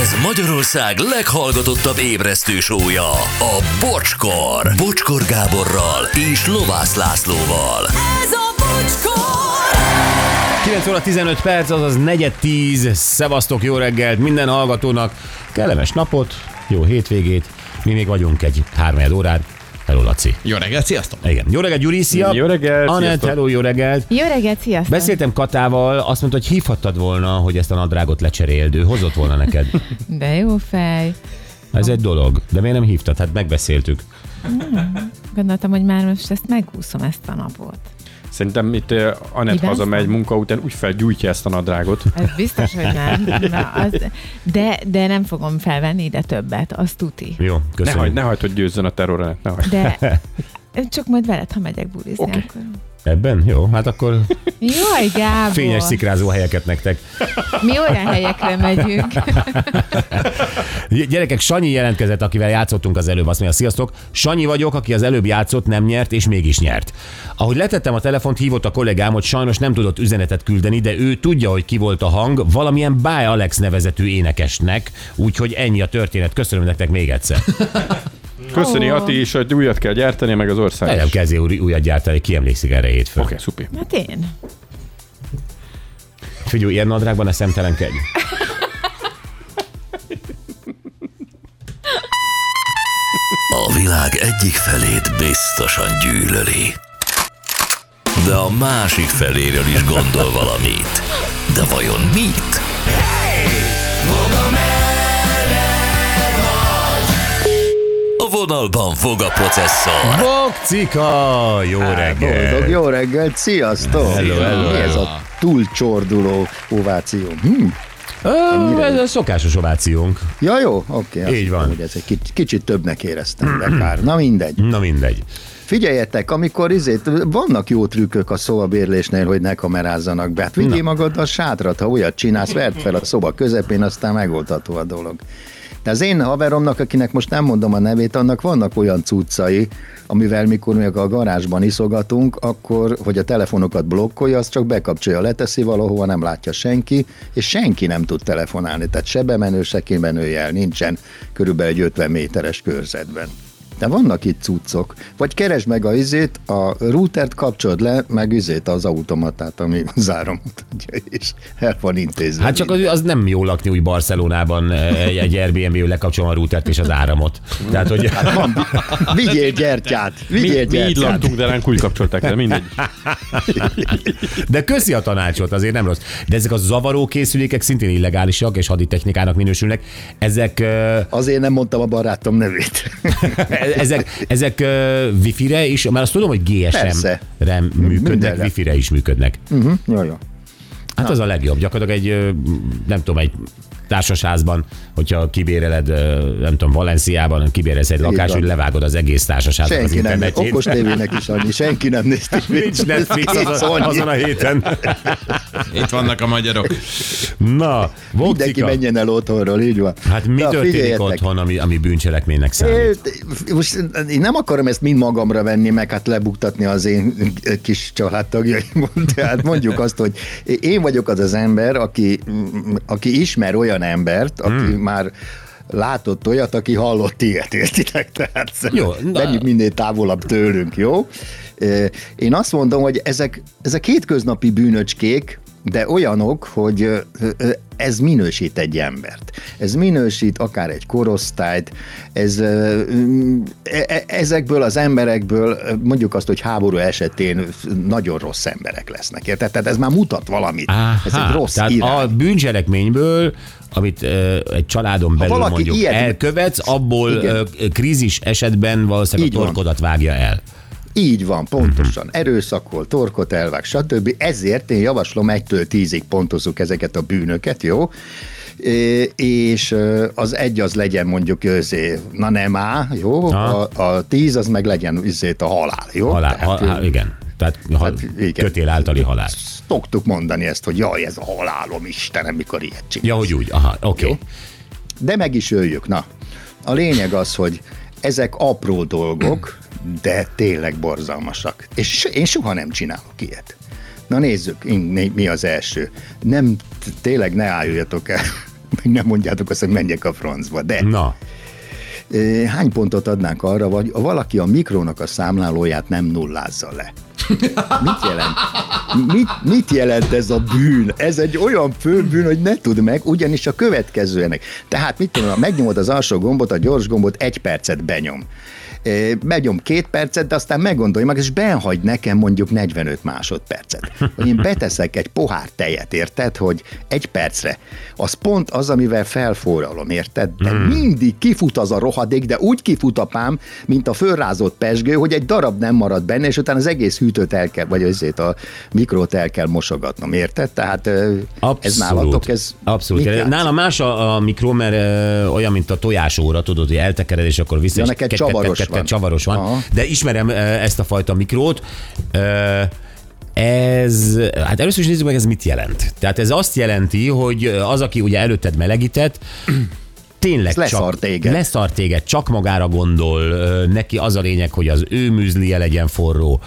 Ez Magyarország leghallgatottabb ébresztő sója, a Bocskor. Bocskor Gáborral és Lovász Lászlóval. Ez a bocskor! 9 óra 15 perc, azaz negyed 10. Szevasztok, jó reggelt minden hallgatónak. Kellemes napot, jó hétvégét. Mi még vagyunk egy hármelyed órán. Hello, Laci. Jó reggelt, sziasztok! Igen. Jó reggelt, Gyuri, szia. Jó reggelt, Anett, sziasztok. hello, jó reggelt. Jó reggelt, sziasztok! Beszéltem Katával, azt mondta, hogy hívhattad volna, hogy ezt a nadrágot lecseréld, ő hozott volna neked. De jó fej. Ez egy dolog, de miért nem hívtad? Hát megbeszéltük. Gondoltam, hogy már most ezt megúszom ezt a napot. Szerintem itt eh, Anett Igaz? hazamegy munka után, úgy felgyújtja ezt a nadrágot. Ez biztos, hogy nem. Na, az, de, de nem fogom felvenni ide többet, azt tuti. Jó, Ne köszönöm. hagyd, ne hagyd, hogy győzzön a terror, Anett, ne hagyd. De csak majd veled, ha megyek bulizni, okay. akkor. Ebben? Jó, hát akkor Jaj, Gábor! fényes szikrázó helyeket nektek. Mi olyan helyekre megyünk. Gyerekek, Sanyi jelentkezett, akivel játszottunk az előbb, azt mondja, sziasztok. Sanyi vagyok, aki az előbb játszott, nem nyert, és mégis nyert. Ahogy letettem a telefont, hívott a kollégám, hogy sajnos nem tudott üzenetet küldeni, de ő tudja, hogy ki volt a hang, valamilyen Báj Alex nevezetű énekesnek, úgyhogy ennyi a történet. Köszönöm nektek még egyszer. Köszöni Ó. Ati is, hogy újat kell gyártani, meg az ország Nem is. Oké, kezdje új, újat gyártani, ki emlékszik erre hétfőn. Okay. okay, szupi. Hát én. Figyelj, ilyen nadrágban a szemtelenkedj. A világ egyik felét biztosan gyűlöli. De a másik feléről is gondol valamit. De vajon mit? A vonalban fog a processzor. Bokcika, jó Boldog, reggel. jó reggelt, sziasztok! Hello, hello, Mi ez hello. a túlcsorduló ováció? Hm. Ez a szokásos ovációnk. Ja, jó, oké. azt Így van. hittem, Hogy ez egy kicsit, kicsit többnek éreztem, de kár. Na mindegy. Na mindegy. Figyeljetek, amikor izét, vannak jó trükkök a szobabérlésnél, hogy ne kamerázzanak be. Hát vigyél magad a sátrat, ha olyat csinálsz, verd fel a szoba közepén, aztán megoldható a dolog. De az én haveromnak, akinek most nem mondom a nevét, annak vannak olyan cuccai, amivel mikor még a garázsban iszogatunk, akkor, hogy a telefonokat blokkolja, az csak bekapcsolja, leteszi valahova, nem látja senki, és senki nem tud telefonálni, tehát se bemenő, se kimenőjel nincsen, körülbelül egy 50 méteres körzetben. De vannak itt cuccok. Vagy keresd meg a izét, a routert kapcsolod le, meg izét az automatát, ami záromat adja, és el van intézve. Hát csak az, az nem jó lakni úgy Barcelonában e, egy, egy Airbnb-ül lekapcsolom a routert és az áramot. Tehát, hogy Hát Vigyél gyertyát! Vigyél Mi, mi így gyertyát! laktunk, de ránk úgy kapcsolták le, mindegy. de köszi a tanácsot, azért nem rossz. De ezek a zavaró készülékek szintén illegálisak és haditechnikának minősülnek. Ezek, e, ö, Azért nem mondtam a barátom nevét. e- ezek, ezek ö, wifi-re is, már azt tudom, hogy GSM-re Persze. működnek, Mindenre. wifi-re is működnek. Mhm, jó, jó. Hát az a legjobb. Gyakorlatilag egy, ö, nem tudom, egy társasházban, hogyha kibéreled, ö, nem tudom, Valenciában kibérelsz egy lakást, van. hogy levágod az egész társasházat az Senki nem, internetjén. okos tévének is annyi, senki nem nézte. Nincs Netflix azon, azon a héten. Itt vannak a magyarok. Na, Mindenki Vokcika. menjen el otthonról, így van. Hát mi Na, történik figyeljetek. otthon, ami, ami bűncselekménynek számít? É, Most én nem akarom ezt mind magamra venni, meg hát lebuktatni az én kis családtagjaimon, tehát mondjuk azt, hogy én vagyok az az ember, aki, aki ismer olyan embert, aki már látott olyat, aki hallott ilyet, értitek? Tehát Jó, jó, na- vegyük minél távolabb tőlünk, jó? Ö, Én azt mondom, hogy ezek, ezek hétköznapi bűnöcskék, de olyanok, hogy ö, ö, ez minősít egy embert. Ez minősít akár egy korosztályt, ez, ö, mm, e- e- ezekből az emberekből ö, mondjuk azt, hogy háború esetén nagyon rossz emberek lesznek. Érted? Tehát ez már mutat valamit. ez egy rossz tehát irány. a bűncselekményből, amit ö, egy családon belül valaki mondjuk ilyet- elkövetsz, abból Igen. ö, krízis esetben valószínűleg Így a van. torkodat vágja el. Így van, pontosan. Erőszakol, torkot elvág, stb. Ezért én javaslom, egytől tízig pontozzuk ezeket a bűnöket, jó? É, és ö, az egy az legyen mondjuk őzé, na nem á, jó? Aha. A, a tíz az meg legyen üzét a halál, jó? Halál, Tehát, ha, ha, ö, igen. Tehát ha, Hát igen. kötél általi halál. Szoktuk mondani ezt, hogy jaj, ez a halálom, Istenem, mikor ilyet csinál. Ja, hogy úgy, aha, oké. Okay. de meg is öljük. Na, a lényeg az, hogy ezek apró dolgok, de tényleg borzalmasak. És so- én soha nem csinálok ilyet. Na nézzük, in- mi- mi az első. Nem, t- tényleg ne álljatok el. meg nem mondjátok azt, hogy menjek a francba, de... Na, Ö, Hány pontot adnánk arra, vagy ha valaki a mikrónak a számlálóját nem nullázza le? Mit jelent? Mit, mit jelent ez a bűn? Ez egy olyan főbűn, hogy ne tud meg, ugyanis a következőnek. Tehát mit tudom, ha megnyomod az alsó gombot, a gyors gombot, egy percet benyom. Ö, Benyom két percet, de aztán meggondolja meg, és benhagy nekem mondjuk 45 másodpercet. Hogy én beteszek egy pohár tejet, érted, hogy egy percre. Az pont az, amivel felforralom, érted? De Hmm. mindig kifut az a rohadék, de úgy kifut a pám, mint a fölrázott pesgő, hogy egy darab nem marad benne, és utána az egész hűtőt el kell, vagy azért a mikrót el kell mosogatnom, érted? Tehát ö, abszolút. ez nálatok, ez Abszolút. mit játsz? Nálam más a, a mikró, mert ö, olyan, mint a tojásóra, tudod, hogy eltekered, és akkor vissza. Ja, és neked ket- ket- ket- csavaros ket- ket- van. Csavaros van. Aha. De ismerem ö, ezt a fajta mikrót. Ö, Ez, hát először is nézzük meg, ez mit jelent. Tehát ez azt jelenti, hogy az, aki ugye előtted melegített, tényleg Ez leszar csak, téged. leszar téged, csak magára gondol, ö, neki az a lényeg, hogy az ő műzlije legyen forró,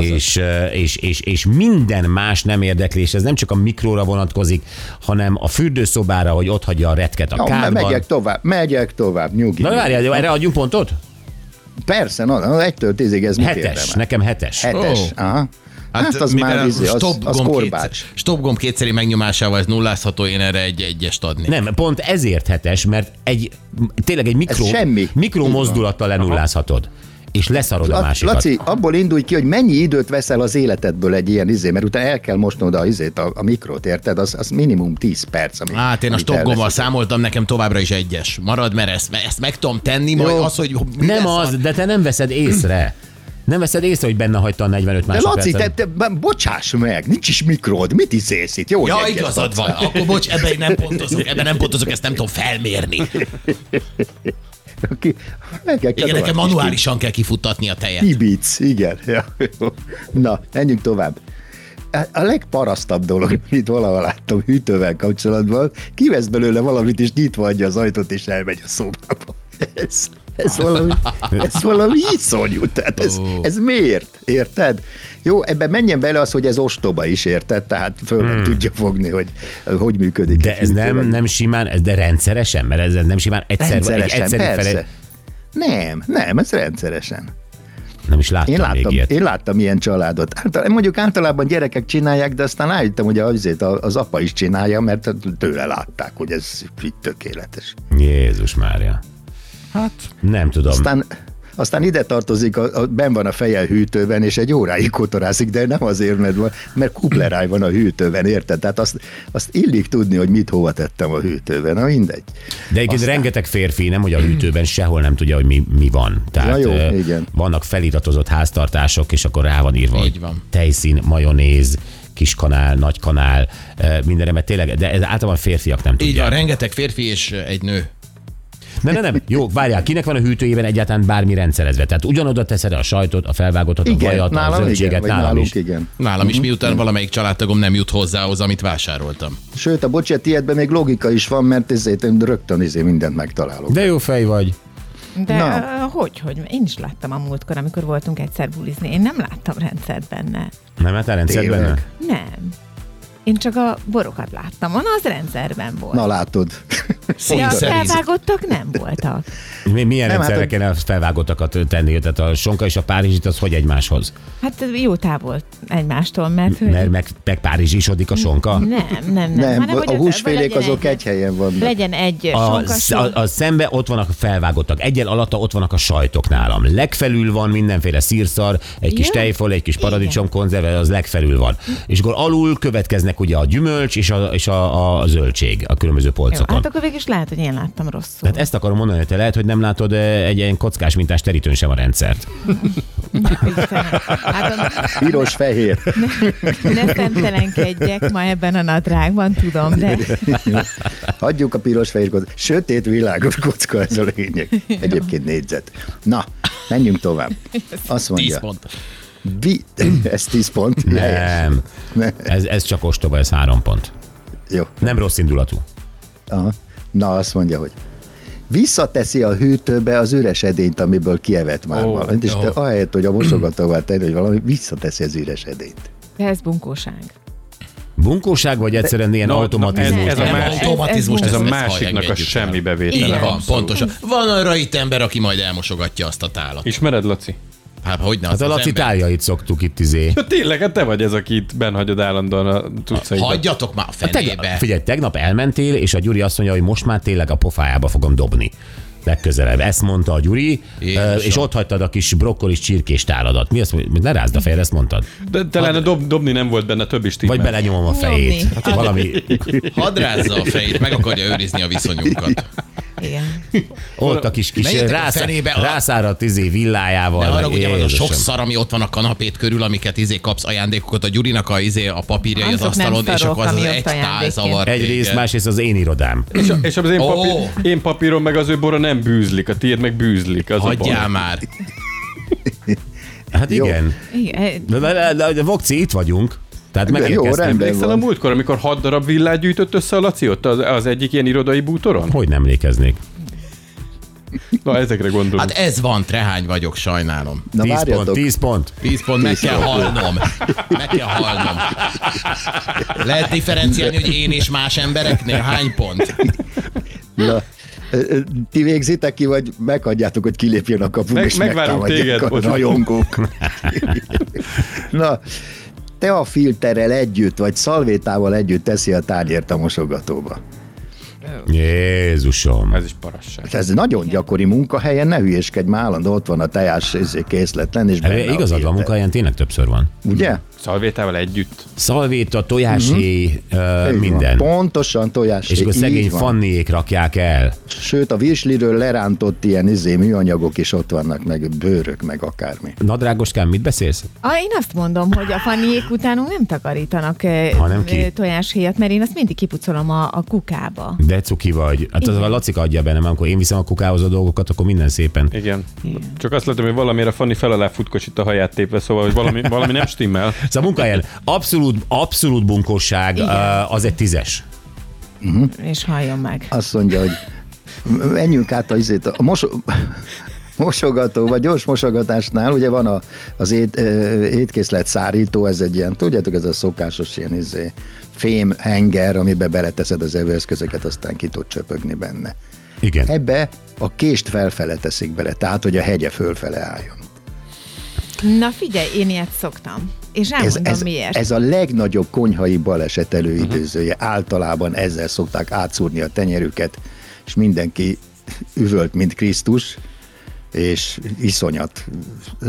és, ö, és, és, és, minden más nem érdekli, és ez nem csak a mikróra vonatkozik, hanem a fürdőszobára, hogy ott hagyja a retket a Ja, mert kádban. megyek tovább, megyek tovább, nyugi. Na várjál, erre adjunk pontot? Persze, na, na, egytől tízig ez mit Hetes, érdemel? nekem hetes. Hetes, Ó. aha. Hát, hát az mivel már izé, az, stop az gomb korbács. kétszer- Stop gomb kétszeri megnyomásával ez nullázható, én erre egy egyest adni. Nem, pont ezért hetes, mert egy, tényleg egy mikro, semmi. mikro Így van. mozdulattal lenullázhatod, és leszarod a La- másikat. Laci, abból indulj ki, hogy mennyi időt veszel az életedből egy ilyen izé, mert utána el kell mosnod a izét, a, a mikrot, érted? Az, az minimum 10 perc, ami, Hát én a amit stop gombbal elveszed. számoltam, nekem továbbra is egyes. Marad, mert ezt, ezt meg tudom tenni, majd Jó. az, hogy mi Nem lesz az, de te nem veszed észre. Nem veszed észre, hogy benne hagyta a 45 De Laci, másodpercet. te, te, b- bocsáss meg, nincs is mikrod, mit izélsz itt? Jó, Ja, jegyet igazad adsz. van. Akkor bocs, ebben én nem pontozok, ebben nem pontozok, ezt nem tudom felmérni. Ki, neked Igen, nekem manuálisan kell kifuttatni a tejet. Ibic, igen. Ja, jó. Na, menjünk tovább. E, A- A legparasztabb dolog, amit valahol láttam hűtővel kapcsolatban, kivesz belőle valamit, és nyitva adja az ajtót, és elmegy a szobába. Ez, ez valami, ez valami iszonyú, tehát ez, ez miért, érted? Jó, ebben menjen bele az, hogy ez ostoba is, érted? Tehát föl hmm. tudja fogni, hogy hogy működik. De egy ez nem, hűtővel. nem simán, ez- de rendszeresen, mert ez nem simán egyszer, egy rendszeresen, egyszerű persze. fele, Nem, nem, ez rendszeresen. nem is láttam, Én még láttam, ilyet. én láttam ilyen családot. Által, mondjuk általában gyerekek csinálják, de aztán rájöttem, hogy azért a- az apa is csinálja, mert tőle látták, hogy ez így tökéletes. Jézus Mária. Hát. Nem tudom. Aztán, aztán ide tartozik, a, a, ben van a feje a hűtőben, és egy óráig kotorázik, de nem azért, mert, van- mert kupleráj van a hűtőben, érted? Tehát azt, azt illik tudni, hogy mit hova tettem a hűtőben, na mindegy. De igen, Aztán- rengeteg férfi, nem hogy a hűtőben sehol nem tudja, hogy mi, mi van. Tehát Ja, jó, ö, igen. vannak feliratozott háztartások, és akkor rá van írva, Így hogy van. tejszín, majonéz, kis kanál, nagy kanál, ö, mindenre, mert tényleg, de ez általában férfiak nem Így tudják. van, rengeteg férfi és egy nő. Nem, nem, nem. Jó, várjál, kinek van a hűtőjében egyáltalán bármi rendszerezve? Tehát ugyanoda teszed a sajtot, a felvágottat, a Igen, vajat, a nálam igen, zöldséget, vagy nálam nálunk is. igen. Nálam is, miután Mhm. valamelyik családtagom nem jut hozzához, amit vásároltam. Sőt, a bocsát, ilyetben még logika is van, mert ezért én rögtön izé mindent megtalálok. De jó fej vagy. De Na. ö, hogy, hogy? Én is láttam a múltkor, amikor voltunk egyszer bulizni. Én nem láttam rendszert benne. Nem, hát a rendszerben Tényleg. nem. Nem. Én csak a borokat láttam. On az rendszerben volt. Na látod. De a Kényszeríz. felvágottak nem voltak. Mi- Milyen Nem, hát rendszerre a- kell felvágottakat tenni? Tehát a sonka és a párizsit az hogy egymáshoz? Hát jó távol egymástól, mert... hogy- Mert meg, meg párizsisodik a sonka? Nem, nem, nem. Nem, hanem, hogy a az- húsfélék legyen azok egy helyen vannak. Legyen egy A, sonkas a, a szembe ott vannak a felvágottak, egyen alatta ott vannak a sajtok nálam. Legfelül van mindenféle szírszar, egy kis Jó. tejfol, egy kis paradicsom konzerve, az legfelül van. És akkor alul következnek ugye a gyümölcs és a, és a, a zöldség a különböző Jó, polcokon. szóval- hát akkor végig is lehet, hogy én láttam rosszul. Tehát ezt akarom mondani, hogy te lehet, hogy nem látod eh, egy ilyen kockás mintás terítőn sem a rendszert. Istenem. Hát Piros-fehér. ne szemtelenkedjek ma ebben a nadrágban, tudom, de Hagyjuk a piros-fehér kockát. Sötét világos kocka ez a lényeg. Egyébként négyzet. Na, menjünk tovább. Azt 10 mondja, pont. vi- ez 10 pont. Helyes. Nem. Ez, ez csak ostoba, ez három pont. Jó. Nem rossz indulatú. Aha. Na, azt mondja, hogy visszateszi a hűtőbe az üres edényt, amiből kievett már oh, valamit, és te ahelyett, hogy a mosogatóval tenni, hogy valami, visszateszi az üres edényt. de ez bunkóság. Bunkóság, vagy egyszerűen ilyen na, na, automatizmus? ez- ez a Nem, másik- automatizmus, Ez a Ezt- ezt másiknak a hallgatjuk el. semmi Így bevétele. van, Abszolút. pontosan. Van arra itt ember, aki majd elmosogatja azt a tálat. Ismered, Laci? Hát, hogy ne Hát az, a az Laci ember. tájait szoktuk itt izé. Ja, tényleg, hát te vagy ez, aki itt benhagyod állandóan a tudszaidat. Hagyjatok már a Hát Tegnap, fenébe. figyelj, tegnap elmentél, és a Gyuri azt mondja, hogy most már tényleg a pofájába fogom dobni. Legközelebb. Ezt mondta a Gyuri, Jézusom. Jézusom. és ott hagytad a kis brokkolis csirkés táladat. Mi azt mondja, ne rázd a fejed, ezt mondtad. De talán a dob, dobni nem volt benne több is tíz. Vagy belenyomom a fejét. Nyomni. Hát valami Hadd rázza a fejét, meg akarja őrizni a viszonyunkat. Igen. ott a kis, kis Menjetek a rász, fenébe, a- rászáradt izé Ne villájával. arra meg ugye van a sok Jézusom. szar, ami ott van a kanapét körül, amiket izé kapsz ajándékokat a Gyurinak, a, izé, a papírjai az Azok nem asztalon, és szarok, akkor az, az ami ott egy tál ajándékként. zavar. Egyrészt, téged. másrészt az én irodám. És, a- és az én, Ó. papír, én papírom meg az ő bora nem bűzlik, a tiéd meg bűzlik. Az a Hagyjál baj. már. Hát Jó. igen. Igen. De, de, de, de, de Vokci, itt vagyunk. Tehát Jó, megérkeztem. rendben. Emlékszel a van. múltkor, amikor hat darab villát gyűjtött össze a Laci ott az, az egyik ilyen irodai bútoron? Hogy nem emlékeznék? Na, ezekre gondolom. Hát Hát, ez van, trehány vagyok, sajnálom. Na 10 pont, várjatok, 10 pont. 10 pont, meg kell halnom. Meg kell halnom. Lehet differenciálni, hogy én és más embereknél hány pont? na, ö, ö, ti végzitek ki, vagy meghagyjátok, hogy kilépjön a kapun, Meg- és megvárunk megtámadják téged, a Bocsi. rajongók. na, te a filterrel együtt, vagy szalvétával együtt teszi a tárgyért a mosogatóba. Jézusom. ez is parasság. Hát Ez nagyon gyakori munkahelyen, ne hülyéskedj már, állandó ott van a tejás izé, készletlen, és benne Erre igazad van, Hát filter. munkahelyen tényleg többször van. Ugye? Szalvétával együtt. Szalvéta, tojáshéj, ö, Mhm. Így van. minden. Pontosan tojás. És akkor így szegény van. fanniék rakják el. Sőt, a virsliről lerántott ilyen izé műanyagok is ott vannak, meg bőrök, meg akármi. Nadrágoskám, mit beszélsz? A, én azt mondom, hogy a faniék utánunk nem takarítanak eh, Hanem ki? eh, tojáshéjat, mert én azt mindig kipucolom a, a kukába. De cuki vagy. Hát az a Lacika adja be, nem? Amikor én viszem a kukához a dolgokat, akkor minden szépen. Igen. Csak azt látom, hogy valamire Fanni fel alá futkosít a haját tépve, szóval hogy valami, valami nem stimmel. Szóval a munkahelyen abszolút, abszolút bunkóság, ö, az egy tízes. És halljon meg. Azt mondja, hogy menjünk át a izét, a moso- mosogató, vagy gyors mosogatásnál, ugye van a, az ét, ö, étkészlet szárító, ez egy ilyen, tudjátok, ez a szokásos ilyen izé, fém henger, amibe beleteszed az evőeszközöket, aztán ki tud csöpögni benne. Igen. Ebbe a kést felfele teszik bele, tehát, hogy a hegye fölfele álljon. Na figyelj, én ilyet szoktam. És elmondom ez, miért. Ez a legnagyobb konyhai baleset előidőzője. Uh-huh. Általában ezzel szokták átszúrni a tenyerüket, és mindenki üvölt, mint Krisztus, és iszonyat.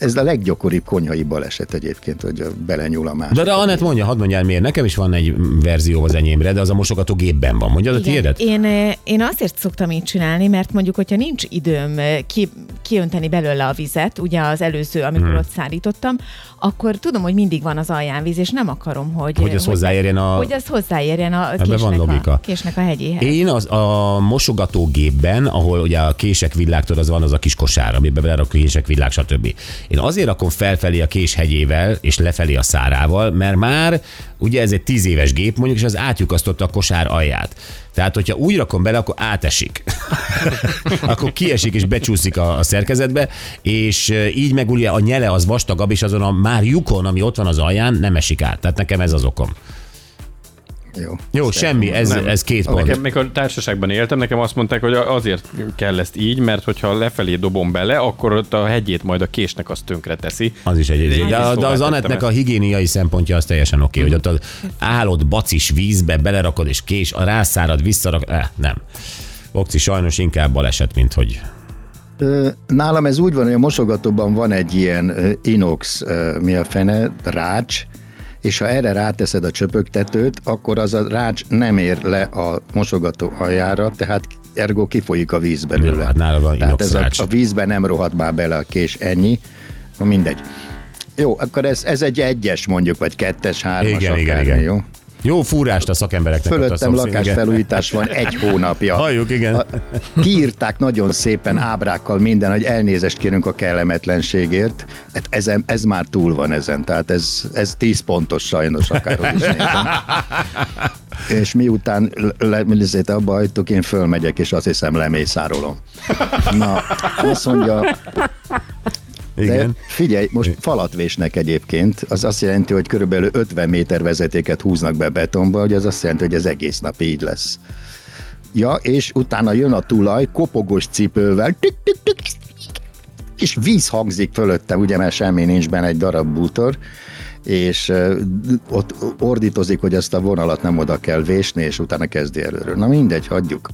Ez a leggyakoribb konyhai baleset egyébként, hogy a- belenyúl a másik. Hát De, de Anett mondja, hadd mondjál miért. Nekem is van egy verzió az enyémre, de az a mosogató gépben van. Mondja, az a Igen, tiédet? Én, eh, én azért szoktam így csinálni, mert mondjuk, hogyha nincs időm eh, ki, kiönteni belőle a vizet, ugye az előző, amikor Mhm. hmm. ott szállítottam, akkor tudom, hogy mindig van az alján víz, és nem akarom, hogy... Hogy az hozzáérjen a... Hogy az hozzáérjen a van késnek, logika. a, késnek a hegyéhez. Én az, a mosogatógépben, ahol ugye a kések villágtól az van az a kis kosár, amiben belerak a kések villág, stb. Én azért rakom felfelé a kés hegyével és lefelé a szárával, mert már ugye ez egy tíz éves gép mondjuk, és az átjukasztotta a kosár alját. Tehát, hogyha úgy rakom bele, akkor átesik. akkor kiesik és becsúszik a, a szerkezetbe, és ö, így meg ugye a nyele az vastagabb, és azon a már lyukon, ami ott van az alján, nem esik át. Tehát nekem ez az okom. Jó. Jó, semmi, ez, ez két pont. Nekem, mikor társaságban éltem, nekem azt mondták, hogy azért kell ezt így, mert hogyha lefelé dobom bele, akkor ott a hegyét majd a késnek az tönkre teszi. Az is egy Én De, is de, de az szóvá Anettnek tettem Mhm. a higiéniai szempontja az teljesen oké, okay, hogy ott az állod bacis vízbe, belerakod és kés, a rászárad, visszarak... Eh, nem. Okci sajnos inkább baleset, mint hogy... Hát Ö, Nálam ez úgy van, hogy a mosogatóban van egy ilyen ö, inox, ö, mi a fene, rács, és ha erre ráteszed a csöpögtetőt, akkor az a rács nem ér le a mosogató aljára, tehát ergo kifolyik a víz Jó, belőle. hát nála van tehát inox ez a, rács. a vízbe nem rohadt már bele a kés, ennyi. Na mindegy. Jó, akkor ez, ez egy egyes mondjuk, vagy kettes, hármas, Igen, igen, akármi, igen. jó? Jó fúrást a szakembereknek. ott a Fölöttem szomszéd- igen. lakásfelújítás van egy hónapja. Halljuk, igen. A, kiírták nagyon szépen ábrákkal minden, hogy elnézést kérünk a kellemetlenségért. Hát ezen, ez már túl van ezen, tehát ez, ez 10 pontos sajnos akárhogy is nézem. És miután lemelizét abba hagytuk, én fölmegyek, és azt hiszem lemészárolom. Na, azt mondja, Igen. figyelj, most falat vésnek egyébként, az azt jelenti, hogy körülbelül 50 méter vezetéket húznak be betonba, hogy az azt jelenti, hogy ez egész nap így lesz. Ja, és utána jön a tulaj kopogos cipővel, tük, tük, tük, és víz hangzik fölötte, ugye, mert semmi nincs benne egy darab bútor, és ö, ott ordítozik, hogy ezt a vonalat nem oda kell vésni, és utána kezdi előről. Na mindegy, hagyjuk.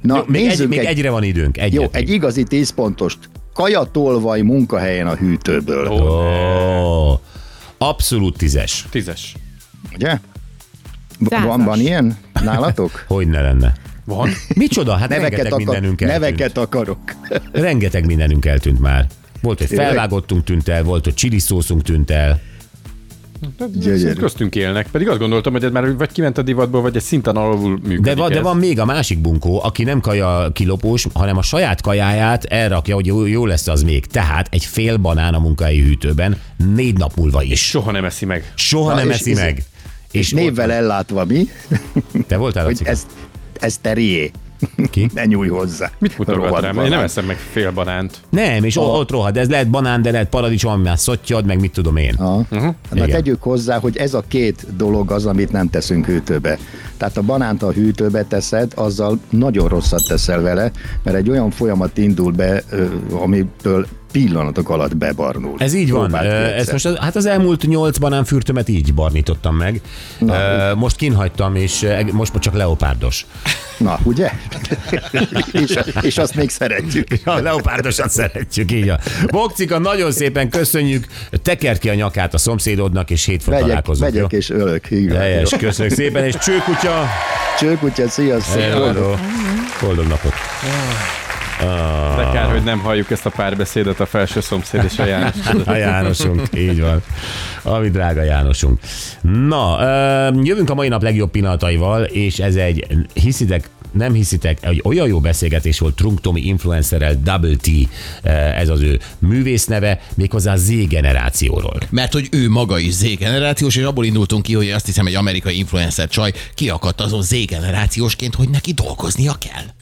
Na, Még, egy, nézzük még egyre van időnk. Egyet jó, még. egy igazi 10 pontost. Kajatolvaj munkahelyen a hűtőből. Oh. Ó, abszolút tízes. Tízes. Ugye? B- Százas. Van, van ilyen nálatok? Hogy ne lenne? Van. Micsoda? Hát Neveket, rengeteg akar, mindenünk eltűnt. neveket akarok. Rengeteg mindenünk eltűnt már. Volt, hogy Tényleg? felvágottunk tűnt el, volt, hogy csiliszószunk tűnt el. Gyönyörű. Köztünk élnek. Pedig azt gondoltam, hogy ez már vagy kiment a divatból, vagy egy szinten alul működik De, van, de ez. van még a másik bunkó, aki nem kaja kilopós, hanem a saját kajáját elrakja, hogy jó, jó lesz az még. Tehát egy fél banán a munkai hűtőben négy nap múlva is. Soha nem eszi meg. Soha Na, nem és- eszi és- meg. És, Névvel ellátva mi? ott, te voltál, Hogy Laci? ez, ez terié. Ki? Ne nyúlj hozzá. Mit mutogat Rohadt rám? Én valami. nem eszem meg fél banánt. Nem, és o- ott rohad. Ez lehet banán, de lehet paradicsom, ami már szottyad, meg mit tudom én. Aha. Na Mhm. hát Igen. tegyük hozzá, hogy ez a két dolog az, amit nem teszünk hűtőbe. Tehát a banánt a hűtőbe teszed, azzal nagyon rosszat teszel vele, mert egy olyan folyamat indul be, ö, amitől pillanatok alatt bebarnul. Ez így van. Próbáld ki Ö, Ezt egyszer. most, az- hát az elmúlt nyolc banánfürtömet így barnítottam meg. Ö, Most kinhagytam, és ö, most már csak leopárdos. Na, ugye? és, és azt még szeretjük. A leopárdosat szeretjük, így a Bokcika, nagyon szépen köszönjük. Tekert ki a nyakát a szomszédodnak, és hétfőn Megyek, találkozunk. megyek jó? és ölök. Így van. Helyes, köszönjük szépen, és csőkutya, Csőkutya, sziasztok! hello. boldog napot. De kár, hogy nem halljuk ezt a párbeszédet a felső szomszéd és a János. A Jánosunk, így van. Ami drága Jánosunk. Na, ö, jövünk a mai nap legjobb pillanataival, és ez egy, hiszitek, nem hiszitek, egy olyan jó beszélgetés volt Trunk Tomi influencerrel, Double T, ö, ez az ő művész neve, méghozzá Z generációról. Mert hogy ő maga is Z-generációs, és abból indultunk ki, hogy azt hiszem egy amerikai influencer csaj kiakadt azon Z-generációsként, hogy neki dolgoznia kell.